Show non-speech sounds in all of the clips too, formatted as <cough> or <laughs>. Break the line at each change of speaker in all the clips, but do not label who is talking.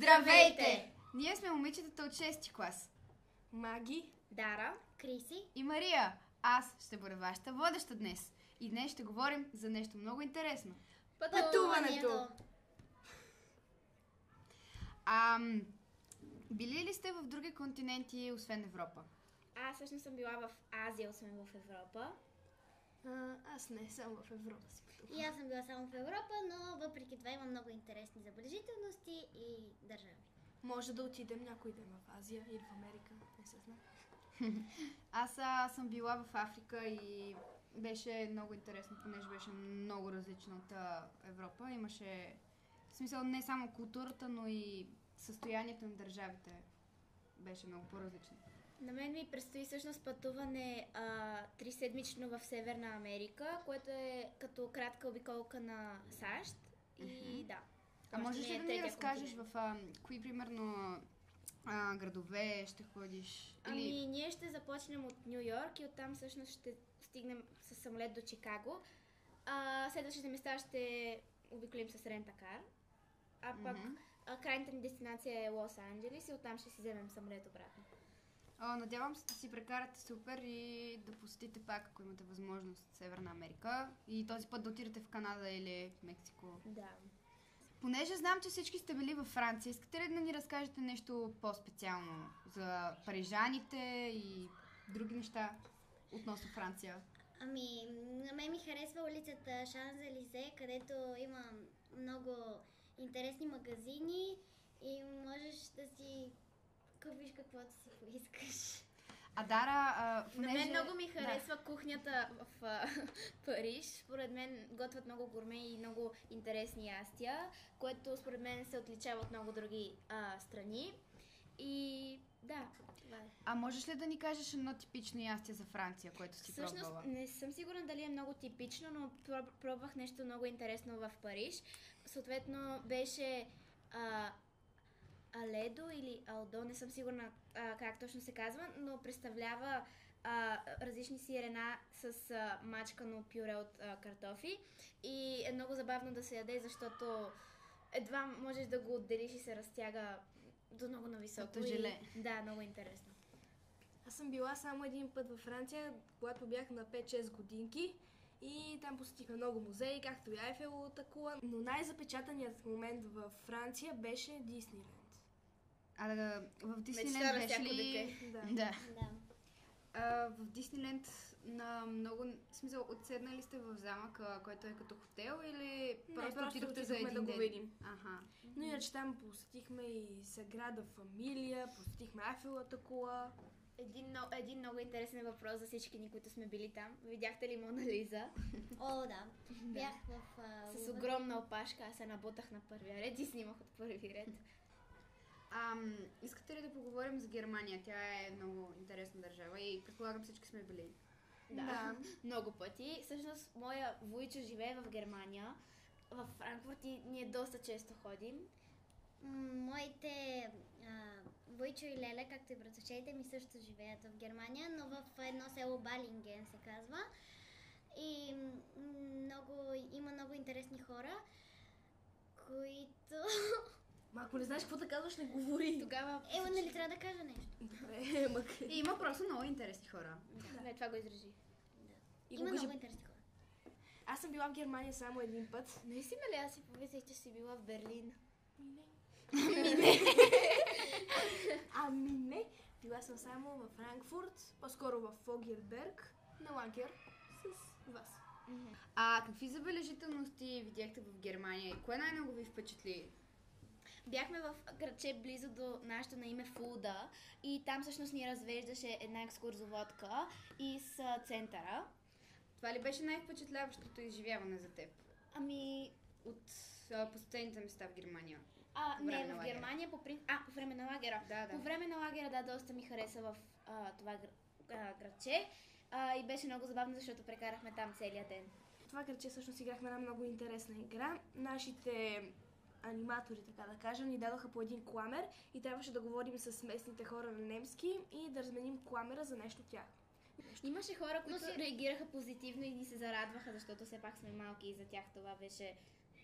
Здравейте!
Ние сме момичетата от 6 клас. Маги
Дара, Криси,
и Мария. Аз ще бъда вашата водеща днес. И днес ще говорим за нещо много интересно.
Пътуването!
Ам, били ли сте в други континенти, освен Европа?
Аз всъщност съм била в Азия, освен в Европа.
аз не съм в Европа си.
И аз съм била само в Европа, но въпреки това има много интересни забележителности и държави.
Може да отидем някой ден в Азия или в Америка, не се знае.
Аз а, съм била в Африка и беше много интересно, понеже беше много различна от а, Европа. Имаше, в смисъл, не само културата, но и състоянието на държавите беше много по-различно.
На мен ми предстои всъщност пътуване а, триседмично в Северна Америка, което е като кратка обиколка на САЩ. И да.
А
Още
можеш
не
ли
е
да ни
третия
разкажеш
континент.
в а, кои примерно а, градове ще ходиш? Или
Ами, ние ще започнем от Нью Йорк и оттам всъщност ще стигнем с самолет до Чикаго. А, следващите места ще обиколим с рентакар. А Ами, пък
Мгм.
а, крайната ни дестинация е Лос Анджелис и оттам ще си вземем самолет обратно.
а, надявам се да си прекарате супер и да посетите пак, ако имате възможност, Северна Америка. И този път да отидете в Канада или в Мексико.
Да.
Понеже знам, че всички сте били във Франция, искате ли да ни разкажете нещо по-специално за парижаните и други неща относно Франция?
Ами, на мен ми харесва улицата Шанзелизе, където има много интересни магазини и можеш да си купиш каквото си поискаш.
Адара, а,
На
понеже...
мен много ми
Да.
харесва кухнята в а, <laughs> Париж. Според мен готвят много гурме и много интересни ястия, което според мен се отличава от много други а, страни. И да, това е.
А можеш ли да ни кажеш едно типично ястие за Франция, което си
Всъщност
пробвала?
не съм сигурна дали е много типично, но проб- пробвах нещо много интересно в Париж. Съответно беше а, Аледо или Алдо, не съм сигурна а, как точно се казва, но представлява а, различни сирена с а, мачкано пюре от а, картофи. И е много забавно да се яде, защото едва можеш да го отделиш и се разтяга до много нависоко.
Като желе.
И, да, много интересно.
Аз съм била само един път във Франция, когато бях на 5-6 годинки. И там посетихме много музеи, както и Айфеловата кула. Но най-запечатаният момент във Франция беше Дисниленд.
А, да, в
Мечта
Дисниленд
на
беше
всяко
ли...
дете.
Да.
Да.
Да.
А, в Дисниленд на много... В смисъл, отседнали сте в замъка, който е като хотел или
Не,
просто,
просто
отидохте за
отидохме
един
да
ден?
го видим.
Аха.
Но иначе там посетихме и Саграда Фамилия, посетихме Айфеловата кула.
Един, мно- един много интересен въпрос за всички ни, които сме били там. Видяхте ли Мона Лиза?
О, да. Бях в... а,
С
Лувър.
огромна опашка. Аз се набутах на първия ред и снимах от първи <laughs> ред.
Ам, искате ли да поговорим за Германия? Тя е много интересна държава и предполагам всички сме били.
Да.
Да.
Много пъти. Всъщност, моя вуйчо живее в Германия. В Франкфурт и ние доста често ходим.
М, Моите а, Войчо и Леля, както и братовчетите ми също живеят в Германия, но в едно село Балинген се казва. И м, много, има много интересни хора, които... <laughs>
Ма ако не знаеш какво да казваш, не говори.
Тогава...
Ема, нали трябва да кажа нещо?
Добре, <laughs> мък.
И има просто много интересни хора.
Да. Не, това го изрежи.
И го
има
кажи.
много интересни хора.
Аз съм била в Германия само един път.
Наистина ли аз си помислих, че си била в Берлин?
<laughs> Ами не, била съм само във Франкфурт, по-скоро в Фогерберг, на лагер с вас.
А какви забележителности видяхте в Германия и кое най-много ви впечатли?
Бяхме в градче близо до нашето на име Фуда и там всъщност ни развеждаше една екскурзоводка из а, центъра.
Това ли беше най-впечатляващото изживяване за теб
Ами,
от а, посетените места в Германия?
А,
По време
не,
на
в
лагера.
Германия по принцип. А, по време на лагера.
Да, да.
По време на лагера, да, доста ми хареса в а, това гр... а, градче. А, и беше много забавно, защото прекарахме там целия ден.
Това кръче всъщност играхме една много интересна игра. Нашите аниматори, така да кажа, ни дадоха по един кламер и трябваше да говорим с местните хора на немски и да разменим кламера за нещо тях.
Имаше хора, които реагираха позитивно и ни се зарадваха, защото все пак сме малки и за тях това беше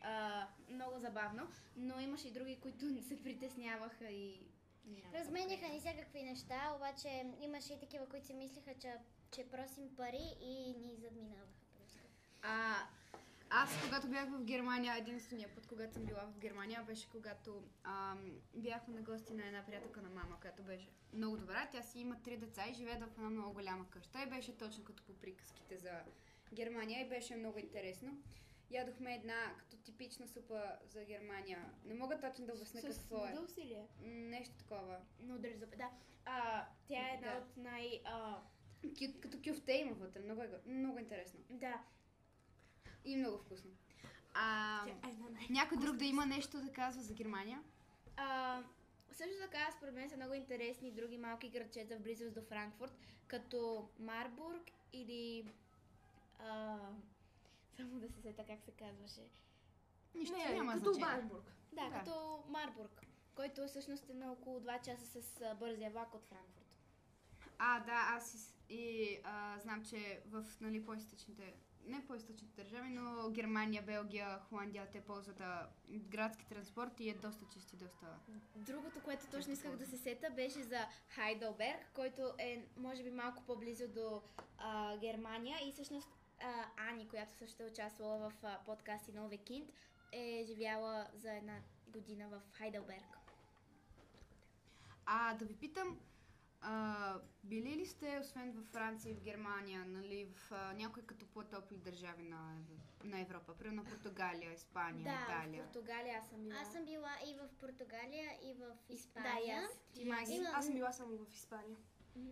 а, много забавно, но имаше и други, които <laughs> се притесняваха и... нямаха
Разменяха
приятно.
ни всякакви неща, обаче имаше и такива, които си мислеха, че, че просим пари и ни задминаваха просто.
А, аз, когато бях в Германия, единствения път, когато съм била в Германия, беше когато ам, бяхме на гости на една приятелка на мама, която беше много добра. Тя си има три деца и живее в една много голяма къща. И беше точно като по приказките за Германия и беше много интересно. Ядохме една като типична супа за Германия. Не мога точно да обясня какво е.
Дълси ли е?
М, Нещо такова.
Но дали за... Да. А, тя е една
Да.
от най... А,
Кю- като кюфте има вътре. Много, е, го- много интересно.
да.
И много вкусно. А,
Тя е една най-
някой друг да има нещо да казва за Германия?
А, също така, според мен са много интересни други малки градчета в близост до Франкфурт, като Марбург или... А, само да се сета как се казваше.
Нищо
Не,
няма
като
значение.
Барбург.
Да,
Да.
като Марбург, който всъщност е на около 2 часа с а, бързия влак от Франкфурт.
А, да, аз и, с- и а, знам, че в нали, по-источните, не по-источните държави, но Германия, Белгия, Холандия, те ползват а, градски транспорт и е доста чист и доста...
Другото, което точно исках да се сета, беше за Хайдълберг, който е, може би, малко по-близо до а, Германия. И всъщност а, Ани, която също е участвала в а, подкасти на Ове Кинт, е живяла за една година в Хайдълберг.
А, да ви питам, а, били ли сте, освен във Франция и в Германия, нали, в а, някои като по-топли държави на, Ев- на Европа? Примерно Португалия,
Ами,
Испания,
да, в
Италия.
Португалия аз съм била.
Аз съм била и в Португалия, и в
Исп- Да, и
Испания.
аз.
Има и-
Има-
Аз съм била само в Испания.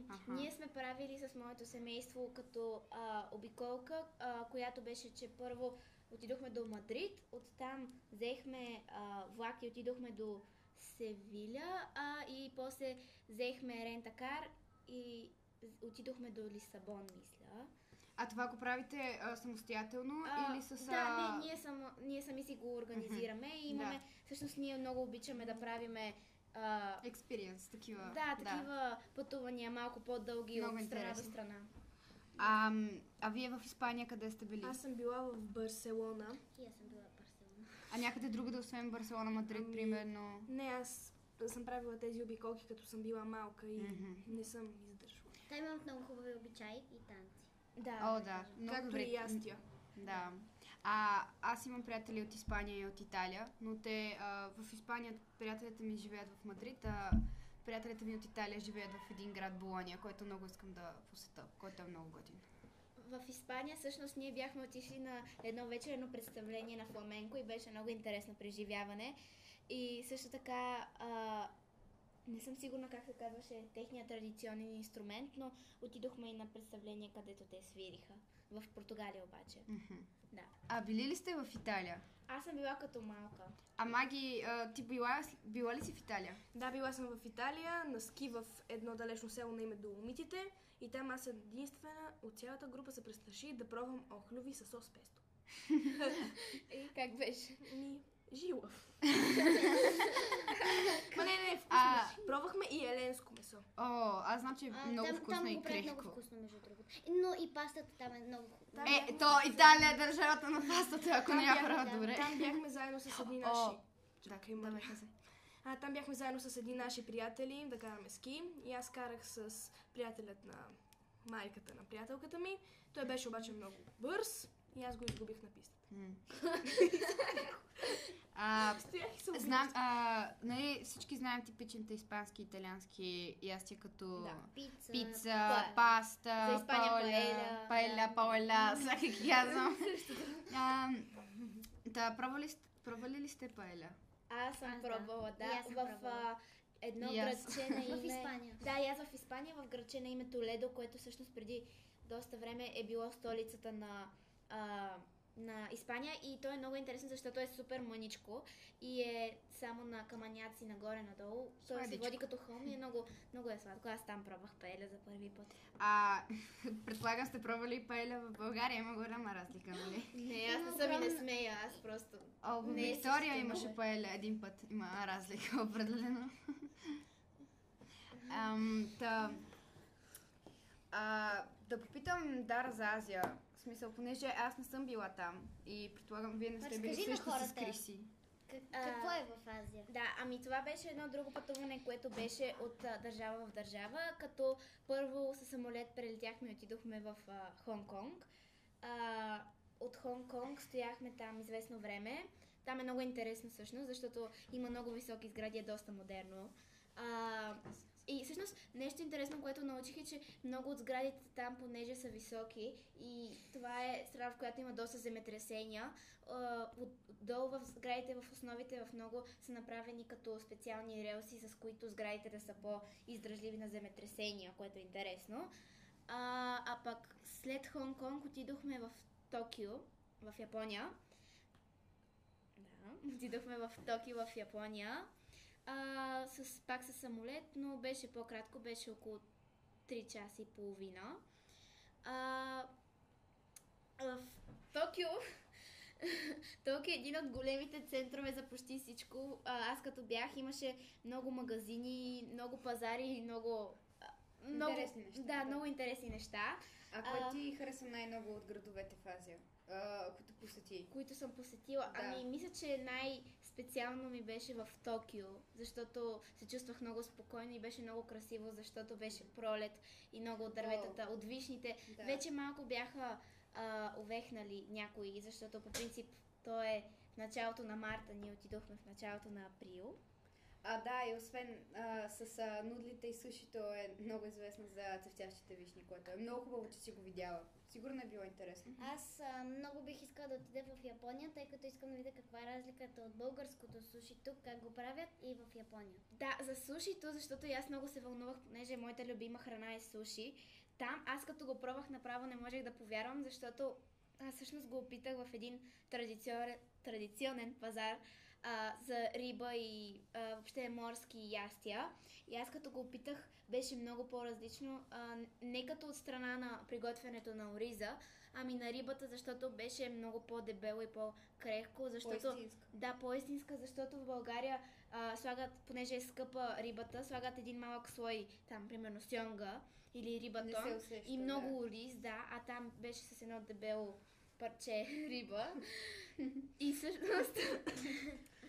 Аха.
Ние сме правили с моето семейство като а, обиколка, а, която беше, че първо отидохме до Мадрид, оттам взехме а, влак и отидохме до Севиля, а, и после взехме рентакар и з- отидохме до Лисабон, мисля.
А това го правите а, самостоятелно
А,
или с...
Да,
а,
не, ние, само, ние сами си го организираме и имаме... Всъщност ние много обичаме да правиме а,
Експириенс, такива.
да, такива пътувания малко по-дълги
Много
от страна
интересно.
до страна.
А, м, а вие в Испания къде сте били?
Аз съм била в Барселона.
И аз съм била в Барселона.
А някъде другаде, освен Барселона, Мадрид,
Ами-
примерно?
Не, аз съм правила тези обиколки, като съм била малка и
Мгм.
не съм издържала.
Та имат много хубави обичаи и танци.
Да.
О, да. Много
Както
добре.
и аз тя.
Да. А, аз имам приятели от Испания и от Италия, но те а, в Испания приятелите ми живеят в Мадрид, а приятелите ми от Италия живеят в един град Болония, който много искам да посета, който е много готин.
В Испания всъщност ние бяхме отишли на едно вечерно представление на фламенко и беше много интересно преживяване. И също така, а, не съм сигурна как се казваше техният традиционен инструмент, но отидохме и на представление, където те свириха. В Португалия обаче.
Мгм.
Да.
А били ли сте в Италия?
Аз съм била като малка.
А Маги, а, ти била, била ли си в Италия?
Да, била съм в Италия, на ски в едно далечно село на име Доломитите и там аз единствена от цялата група се престраши да пробвам охлюви с сос песто.
И как беше?
Ми,
<laughs>
жила. Ма не, не, вкусно.
А-
беше. Пробвахме и еленско месо.
О, аз знам, че е
А,
много
там,
вкусно
там
и
го правят много
крехко.
вкусно, между другото. Но и пастата там е много хубава.
Там
Е,
бяхме-
то Италия е държавата на пастата, ако не я
бяхме-
правят
да,
добре.
Там бяхме заедно с едни
О,
наши... Чакай, моля.
да, бяха се.
А, там бяхме заедно с едни наши приятели да караме ски. И аз карах с приятелят на майката на приятелката ми. Той беше обаче много бърз и аз го изгубих на пистата.
М. <laughs> А,
Стоях и се
Знам, а, нали, всички знаем типичните испански, италиански ястия като
Да.
Пица.
пица,
пла-
паста,
за Испания
паоля,
паеля,
паеля,
да.
паоля, всякакви
<laughs>
казвам. А, Да, пробвали, сте- пробвали ли сте паеля?
Аз съм
Аз да.
пробвала, да.
И аз съм
в
пробвала.
а, едно
И аз.
градче на име...
В Испания.
Да, и аз в Испания, в градче на името Ледо, което всъщност преди доста време е било столицата на, а, на Испания. И то е много интересно, защото е супер мъничко и е само на каманяци нагоре-надолу. Той се
Сладичко.
води като хълм и е много, много е сладко. Аз там пробвах паеля за първи път.
А, <laughs> предполагам сте пробвали паеля в България, има голяма разлика, нали?
Не, аз не
Има
съм и не
огромна-
смея. Аз просто...
О, в
Не,
Виктория
също
имаше
много.
паеля един път. Има разлика, <laughs> определено. Ам, та, а, да попитам Дара за Азия. смисъл, понеже аз не съм била там и предполагам, вие не сте били
Разкажи на
също с
хората.
Криси.
Как,
А,
какво е в Азия?
Да, ами това беше едно друго пътуване, което беше от а, държава в държава, като първо със самолет прелетяхме и отидохме в а, Хонг-Конг. А, от Хонг-Конг стояхме там известно време. Там е много интересно всъщност, защото има много високи сгради, е доста модерно. А, и всъщност нещо интересно, което научих е, че много от сградите там, понеже са високи и това е страна, в която има доста земетресения, а, отдолу в сградите, в основите в много са направени като специални релси, с които сградите да са по-издръжливи на земетресения, което е интересно. А, а пък след Хонг-Конг отидохме в Токио, в Япония. Да, <laughs> отидохме в Токио, в Япония. А, с, пак със самолет, но беше по-кратко, беше около 3 часа и половина. А, в Токио <laughs> Токио е един от големите центрове за почти всичко. А, Аз като бях имаше много магазини, много пазари и много... а, Много,
Интересни неща,
Да,
да.
много интересни неща,
А кой
А-
ти харесва най-много от градовете в Азия, а, които посети?
които съм посетила.
Да.
Ами, мисля, че най-специално ми беше в Токио, защото се чувствах много спокойно и беше много красиво, защото беше пролет и много от дърветата, от вишните.
Да.
Вече малко бяха а, увехнали някои, защото по принцип то е в началото на марта, ние отидохме в началото на април.
А, да, и освен а, с а, нудлите и сушито е много известно за цъфтящите вишни, което е много хубаво, че си го видяла. Сигурно е било интересно.
Аз а, много бих искала да отида в Япония, тъй като искам да видя каква е разликата от българското суши тук, как го правят и в Япония.
Да, за сушито, защото и аз много се вълнувах, понеже моята любима храна е суши. Там аз като го пробвах направо не можех да повярвам, защото аз всъщност го опитах в един традиционен, традиционен пазар а, за риба и а, въобще морски ястия. И аз като го опитах беше много по-различно, а, не като от страна на приготвянето на ориза, ами на рибата, защото беше много по-дебело и по-крехко, защото...
По-истинско.
Да, по-истинска, защото в България а, слагат, понеже е скъпа рибата, слагат един малък слой, там, примерно сьонга или
Не
рибатон
се усеща,
и много
да.
ориз, да, а там беше с едно дебело парче <laughs> риба. и всъщност,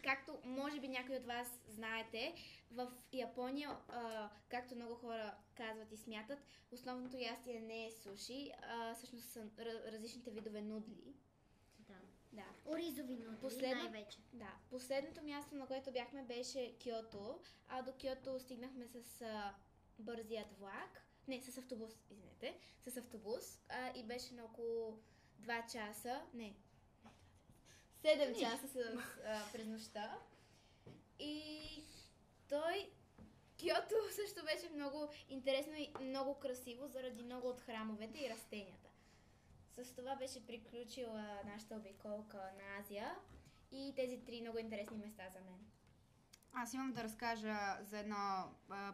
както може би някои от вас знаете, в Япония, а, както много хора казват и смятат, основното ястие не е суши, а всъщност са ра- различните видове нудли.
Да.
Да.
Оризови нудли
Последно-
най-вече.
Да, последното място, на което бяхме, беше Киото, а до Киото стигнахме с а, бързият влак. Не, с автобус, извинете, с автобус а, и беше на около 2 часа, не, 7 часа с, а, през нощта. И той, Киото <laughs> също беше много интересно и много красиво заради много от храмовете и растенията. С това беше приключила нашата обиколка на Азия и тези три много интересни места за мен.
Аз имам да разкажа за едно а,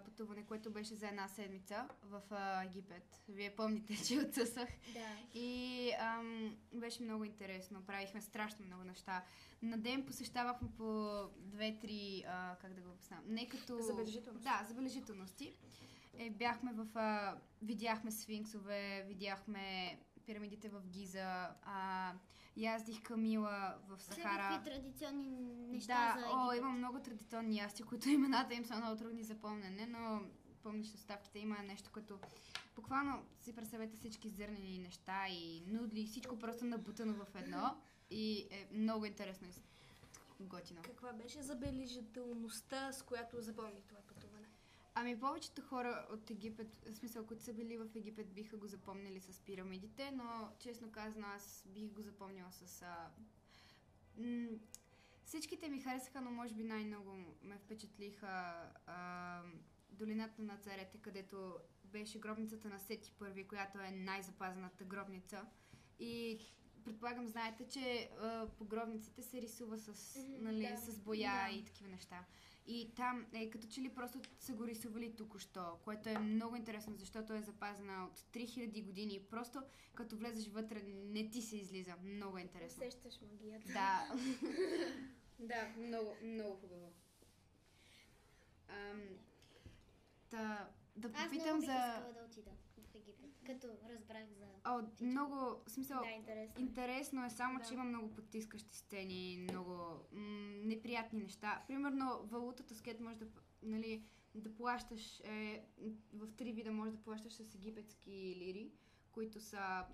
пътуване, което беше за една седмица в а, Египет. Вие помните, че отсъсах.
Да.
И ам, беше много интересно. Правихме страшно много неща. На ден посещавахме по две-три, а, как да го обяснявам, не като...
Забележителности.
Да, забележителности. Е, бяхме в... А, видяхме сфинксове, видяхме пирамидите в Гиза, а, яздих камила в
Все
Сахара.
какви традиционни
да,
неща за
о,
Египет.
има много традиционни ясти, които <laughs> имената им са много трудни за помнене, но помниш оставките има нещо като... Буквално си представете всички зърнени неща и нудли, всичко просто набутано в едно и е много интересно и с- готино.
Каква беше забележителността, с която запомних това пътуване?
Ами повечето хора от Египет, в смисъл, които са били в Египет, биха го запомнили с пирамидите, но честно казано аз бих го запомнила с... А... М... Всичките ми харесаха, но може би най-много ме впечатлиха а... долината на царете, където беше гробницата на Сети Първи, която е най-запазената гробница. И предполагам, знаете, че а, по гробниците се рисува с,
Мгм,
нали,
да.
с боя
Да.
и такива неща. И там е като че ли просто са го рисували току-що, което е много интересно, защото е запазена от 3000 години. и Просто като влезеш вътре, не ти се излиза. Много е интересно.
Усещаш магията.
Да. <laughs> да, много, много хубаво. Ам, та, да
Аз
попитам
много бих
за...
искала да отида в Египет, като разбрах за...
О, много, в смисъл,
Да, интересно.
Интересно е само,
Да.
че има много потискащи сцени, много м- неприятни неща. Примерно валутата с кет може да, п- нали, да плащаш, е, м, в три вида може да плащаш с египетски лири, които са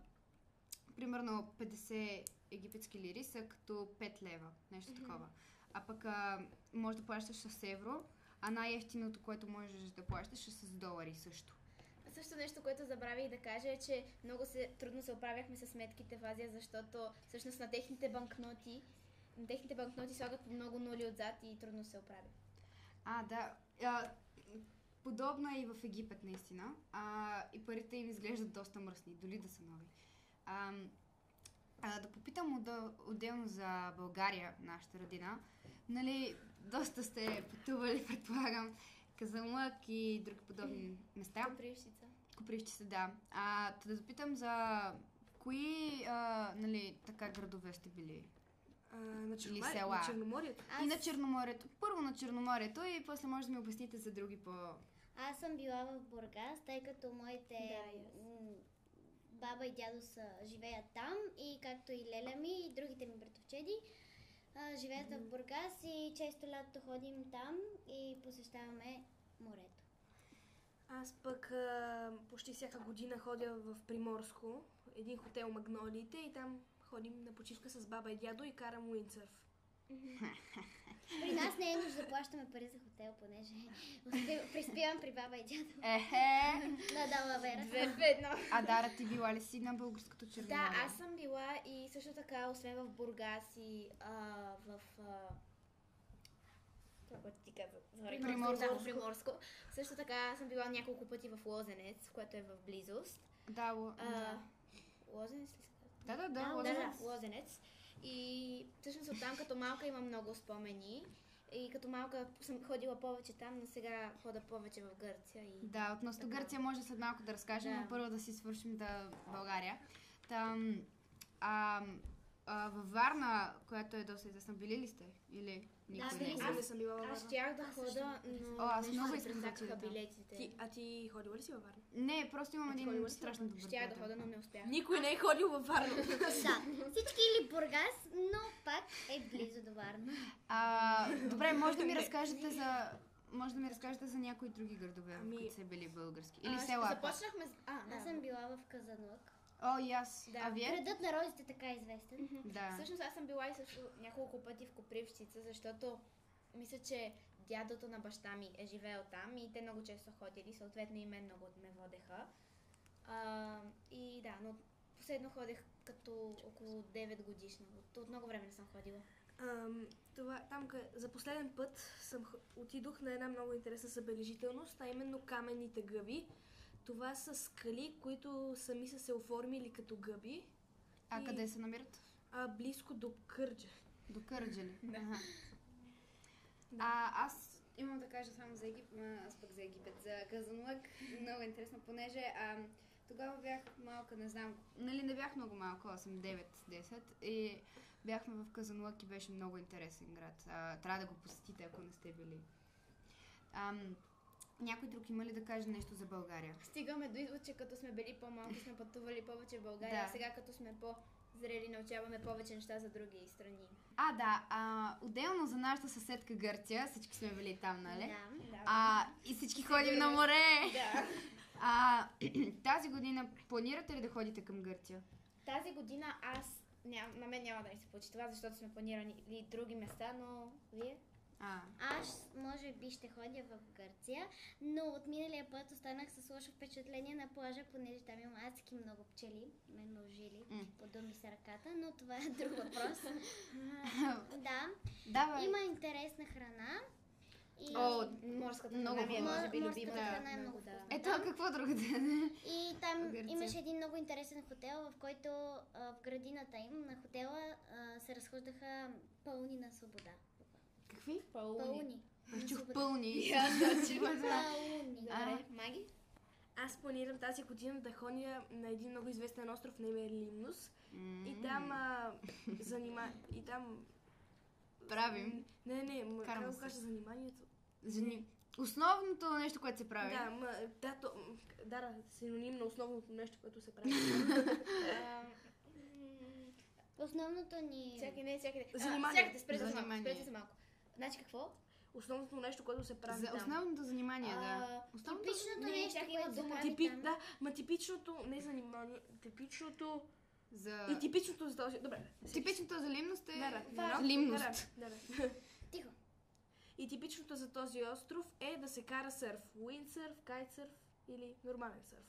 примерно 50 египетски лири са като 5 лева, нещо такова. А пък а, може да плащаш с евро, а най-ефтиното, което можеш да плащаш е с долари също.
Също нещо, което забравих да кажа е, че много се, трудно се оправяхме с сметките в Азия, защото всъщност на техните банкноти на техните банкноти слагат по много нули отзад и трудно се оправя.
А, да. А, подобно е и в Египет, наистина. А, и парите им изглеждат доста мръсни, дори да са нови. А, а, да попитам отда- отделно за България, нашата родина. Нали, доста сте пътували, <laughs> предполагам, Казанлък и други подобни места.
Копривщица.
Копривщи се, да. А, та да запитам за кои а, нали, така градове сте били?
А, на, Черномор...
села.
на Черноморието.
И на Черноморието. Първо на Черноморието и после може да ми обясните за други по...
Аз съм била в Бургас, тъй като моите
Да, и аз.
м, баба и дядо са, живеят там и както и леля ми и другите ми братовчеди а, живеят в Бургас и често лято ходим там и посещаваме морето.
Аз пък а, почти всяка година ходя в Приморско, един хотел Магнолиите и там ходим на почивка с баба и дядо и карам уиндсърф.
При нас не е нужда да плащаме пари за хотел, понеже <laughs> успи- приспивам при баба и дядо
Ехе!
на Далавера.
Две в едно.
А Дара, ти била ли си на българското
Да,
черноморие?
аз съм била и също така, освен в Бургас и а, в... А, това, което ти каза, забравих.
Приморско.
Да, в Приморско. Също така съм била няколко пъти в Лозенец, което е в близост.
Да, ло...
А, Лозенец ли се
да, да,
казва?
да,
Да,
лоза.
да, Лозенец. И всъщност оттам като малка имам много спомени. И като малка съм ходила повече там, но сега хода повече в Гърция. И...
Да, относно
Така.
Гърция може след малко да разкажем,
Да.
но първо да си свършим да България. Там, а, а, във Варна, която е доста известна, били ли сте? Или никой
Аз
не? е
били
Никога
съм.
не съм била във
Аз
Варна.
щях да хода, но
О, аз
нещо
много
ми
искам да
пресакаха
отида там.
билетите.
Ти, а ти ходила ли си във Варна?
Не, просто имам
А ти ходила
един
ли си?
страшно добър
Щях да
приятел.
хода, но не успях.
Никой не е ходил във Варна.
Да, всички или Бургас, но пак е близо до Варна.
А, добре, може да
<laughs>
ми разкажете за... Може да ми разкажете за някои други градове, в
Ами-
които са били български. Или
А, ще
села.
Започнахме с... А, да.
Аз съм била в Казанлък.
О, и аз.
Да.
А вие?
Градът на розите така е известен.
Да.
Всъщност аз съм била и също няколко пъти в Копривщица, защото мисля, че дядото на баща ми е живеел там и те много често ходили, съответно и мен много ме водеха. А, и да, но последно ходех като около 9 годишна. От, от много време не съм ходила.
Ам, това, там къ... за последен път съм х- отидох на една много интересна забележителност, а именно каменните гъби. Това са скали, които сами са се оформили като гъби,
А
И-
къде се намират?
а близко до Кърджа.
До Кърджали. Да. А, аз имам да кажа само за Египет, аз пък за Египет, за Казанлък. Много интересно, понеже а, тогава бях малка, не знам, нали не бях много малка, 8-9-10 и бяхме в Казанлък и беше много интересен град. А, трябва да го посетите, ако не сте били. Ам, някой друг има ли да каже нещо за България?
Стигаме до извод, че като сме били по-малки, сме пътували повече в България,
Да.
а сега като сме по-зрели, научаваме повече неща за други страни.
А, да, а, отделно за нашата съседка Гърция, всички сме били там, нали?
Да.
Да.
А, и всички ходим на море.
да.
А, <clears throat> тази година планирате ли да ходите към Гърция?
Тази година аз ням, на мен няма да ми се получи това, защото сме планирани и други места, но вие?
А,
Аз може би ще ходя в Гърция, но от миналия път останах с лошо впечатление на плажа, понеже там има адски много пчели, мен ме ожили,
М.
подуми с ръката, но това е друг въпрос. да,
давай.
има интересна храна. И,
е О,
Морската
Много
храна ми е, може би,
Мор-
любима.
морската храна е
Много,
много
да.
вкусна.
Ето, а какво друго да е?
и там
Гърция.
имаше един много интересен хотел, в който а, в градината им на хотела а, се разхождаха пълни на свобода.
Какви?
Пауни.
Пълни.
Аз чух
<laughs>
Супер.
пълни.
Пълни.
Добре, маги?
Аз планирам тази година да ходя на един много известен остров, на име Лимнус.
М,
И там а, занима... И там...
Правим.
Не, не, м-
Караме
как го
се.
кажа заниманието?
Жени. Основното нещо, което се прави.
Да, ма, да, то, м, да, да, синоним на основното нещо, което се
<laughs>
прави.
А,
М, Основното ни...
Чакай, не, чакай. не. А,
Занимание.
Чакайте, спрете се малко.
Занимание.
Спрете се малко. Значи какво?
Основното нещо, което се прави
За
там.
основното занимание, да.
А,
Основното...
Типичното
Не,
нещо,
чакай, има
което се
дума.
прави
Е, Типи,
там.
да, ма типичното, не занимание, типичното
За...
и типичното за този... Добре,
Типичното за лимност е...
Да, да,
Важно.
да,
Лимност.
Да, да, да.
Тихо.
И типичното за този остров е да се кара сърф. Уиндсърф, кайтсърф или нормален сърф.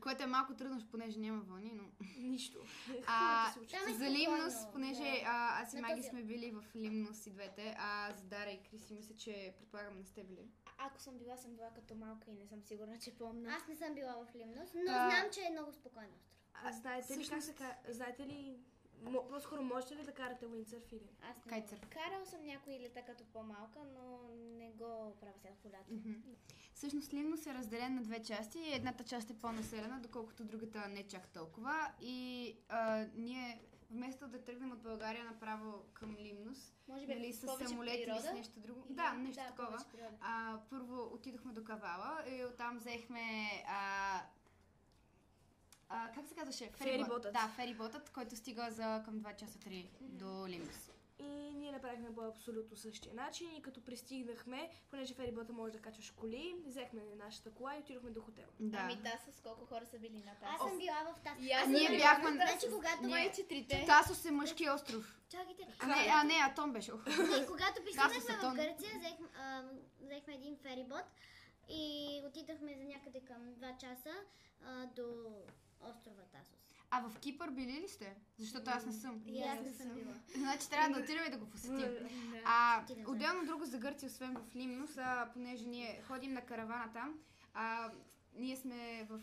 Което е малко трудно, понеже няма вълни, но...
Нищо.
А,
Хората се учат.
Там е
за
спокойно,
Лимнос, понеже
да.
а, аз и
На
Маги
този-
сме били в Лимнос и двете, а за Дара и Криси мисля, че предполагам не сте били.
А- Ако съм била, съм била като малка и не съм сигурна, че помна.
Аз не съм била в Лимнос, но
Та-
знам, че е много спокойно остров.
А знаете ли как се кара? Знаете ли... мо- По-скоро можете ли да карате уиндсърф или не?
Аз не
Кайтсърф.
мога. Карал съм някои лета като по-малка, но не го правя сега полято.
Мгм. Всъщност Лимнос е разделен на две части. Едната част е по-населена, доколкото другата не е чак толкова. И а, ние вместо да тръгнем от България направо към Лимнос,
Може би
нали, с
повече
самолет или с
природа?
нещо друго.
Или-
Да, нещо такова.
повече природа.
А, първо отидохме до Кавала и оттам взехме. А, а, как се казваше?
Фериботът.
Да, фериботът, който стига за към 2 часа 3 до Лимус.
И ние направихме по абсолютно същия начин и като пристигнахме, понеже ферибота може да качваш коли, взехме нашата кола и отидохме до хотел.
Да.
Ами та с колко хора са били на тази.
Аз съм била в тази.
И аз
Ние
съм била
бяхме
на
на-
тази.
Значи, когато...
Ние-
Ние четирите.
Тасос е мъжки остров.
Чакайте.
А не, а не, Атон беше. Ох.
И когато пристигнахме
Сатон.
в Гърция, взехме, ам, взехме един ферибот и отидахме за някъде към 2 часа а, до острова Тасос.
А в Кипър били ли сте? Защото аз не съм.
И аз не съм била.
Значи трябва да отидем и да го посетим. А, отделно друго за Гърция, освен в Лимнос, а, понеже ние ходим на каравана там, а, ние сме в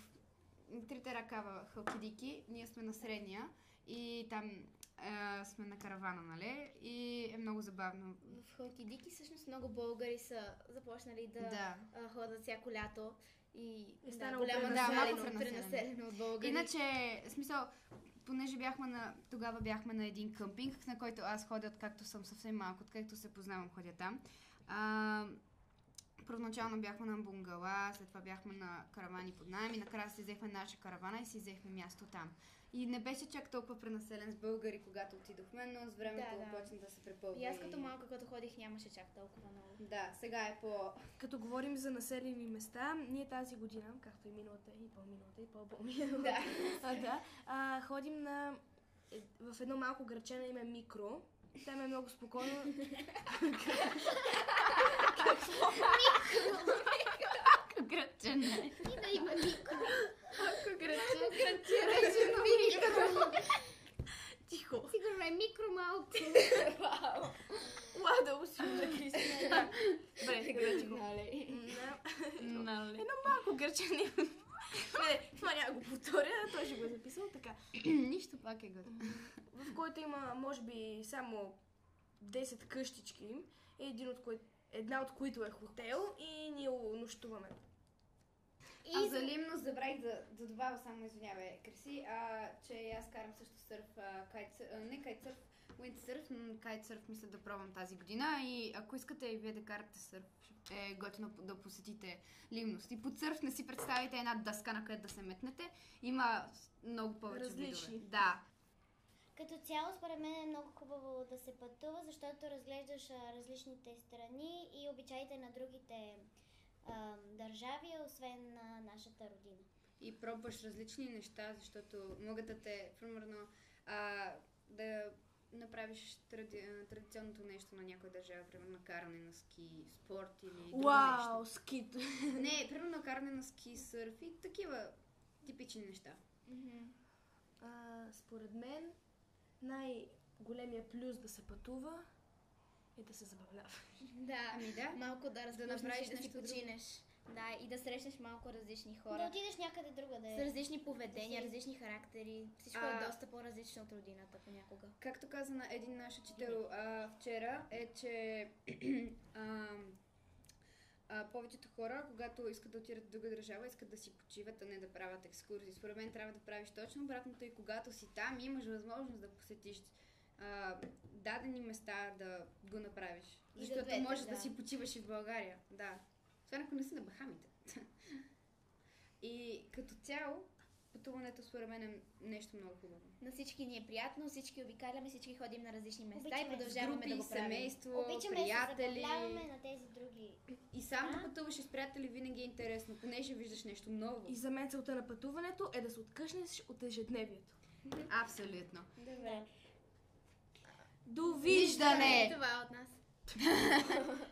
трите ръкава Халкидики, ние сме на средния и там а, сме на каравана, нали? И е много забавно.
В Халкидики всъщност много българи са започнали да,
Да.
а, ходят всяко лято и
Е
да,
станало
голяма
пренаселено.
Да, малко
населено,
пренаселено.
пренаселено от българи.
Иначе, в смисъл, понеже бяхме на, тогава бяхме на един къмпинг, на който аз ходя, откакто съм съвсем малко, откакто се познавам, ходя там. А, първоначално бяхме на бунгала, след това бяхме на каравани под найем и накрая си взехме наша каравана и си взехме място там. И не беше чак толкова пренаселен с българи, когато отидохме, но с времето
Да, да.
почна да се препълва.
И аз като малка, като ходих, нямаше чак толкова много.
Да, сега е по...
Като говорим за населени места, ние тази година, както и миналата, и по-миналата, и по-по-миналата,
Да.
а, да, а, ходим на, е, в едно малко градче на име Микро. Там е много спокойно.
Гръчен.
И да има мико.
Тихо.
Сигурно е микро малко.
Ла, да усилим за Кристина. Добре, добре, тихо. На-
Нали?
Малко гърче на име. Не, това няма да го повторя, той ще го е записал така.
<clears throat> Нищо пак е гръчен.
В който има, може би, само 10 къщички, е един от кои... една от които е хотел и ние нощуваме.
И
А за Лимнос забравих да, да добавя само, извинявай, Криси, а, че и аз карам също сърф, а, кайтсър, а, не кайтсърф, уиндсърф, но кайтсърф мисля да пробвам тази година и ако искате и вие да карате сърф, е готино да посетите Лимнос. И под сърф не си представите една дъска, на която да се метнете. Има много повече
Различни.
видове. Да.
Като цяло, според мен е много хубаво да се пътува, защото разглеждаш а, различните страни и обичаите на другите а, държави, освен на нашата родина.
и пробваш различни неща, защото могат да те, примерно, а, да направиш тради, а, традиционното нещо на някоя държава, примерно каране на ски, спорт или друго
Вау, скит.
нещо. Не, примерно каране на ски, сърф и такива типични неща.
А, според мен най-големия плюс да се пътува е да се забавлява.
Да.
Ами да.
Малко да разпочнеш
направиш
да си
нещо друго.
починеш. Да, и да срещнеш малко различни
Да
хора.
отидеш някъде друга да
С
е.
различни поведения, различни характери. Всичко
А.
е доста по-различно от родината понякога.
Както каза на един наш учител а, вчера, е, че <clears throat> а, а, повечето хора, когато искат да отидат в друга държава, искат да си почиват, а не да правят екскурзии. Според мен трябва да правиш точно обратното и когато си там, имаш възможност да посетиш а, дадени места, да го направиш.
И за
Защото
двете,
можеш да.
да.
си почиваш и в България. Да. Освен ако не си на Бахамите. <laughs> И като цяло, пътуването според мен е нещо много хубаво.
На всички ни е приятно, всички обикаляме, всички ходим на различни места
Обичаме
и
се.
продължаваме
Групи,
да го правим.
семейство,
Обичаме да се
приятели.
забавляваме на тези други.
И сам да
Да.
пътуваш и с приятели винаги е интересно, понеже виждаш нещо ново.
И за мен целта на пътуването е да се откъснеш от ежедневието.
Абсолютно.
Добре.
Довиждане!
Това е от нас.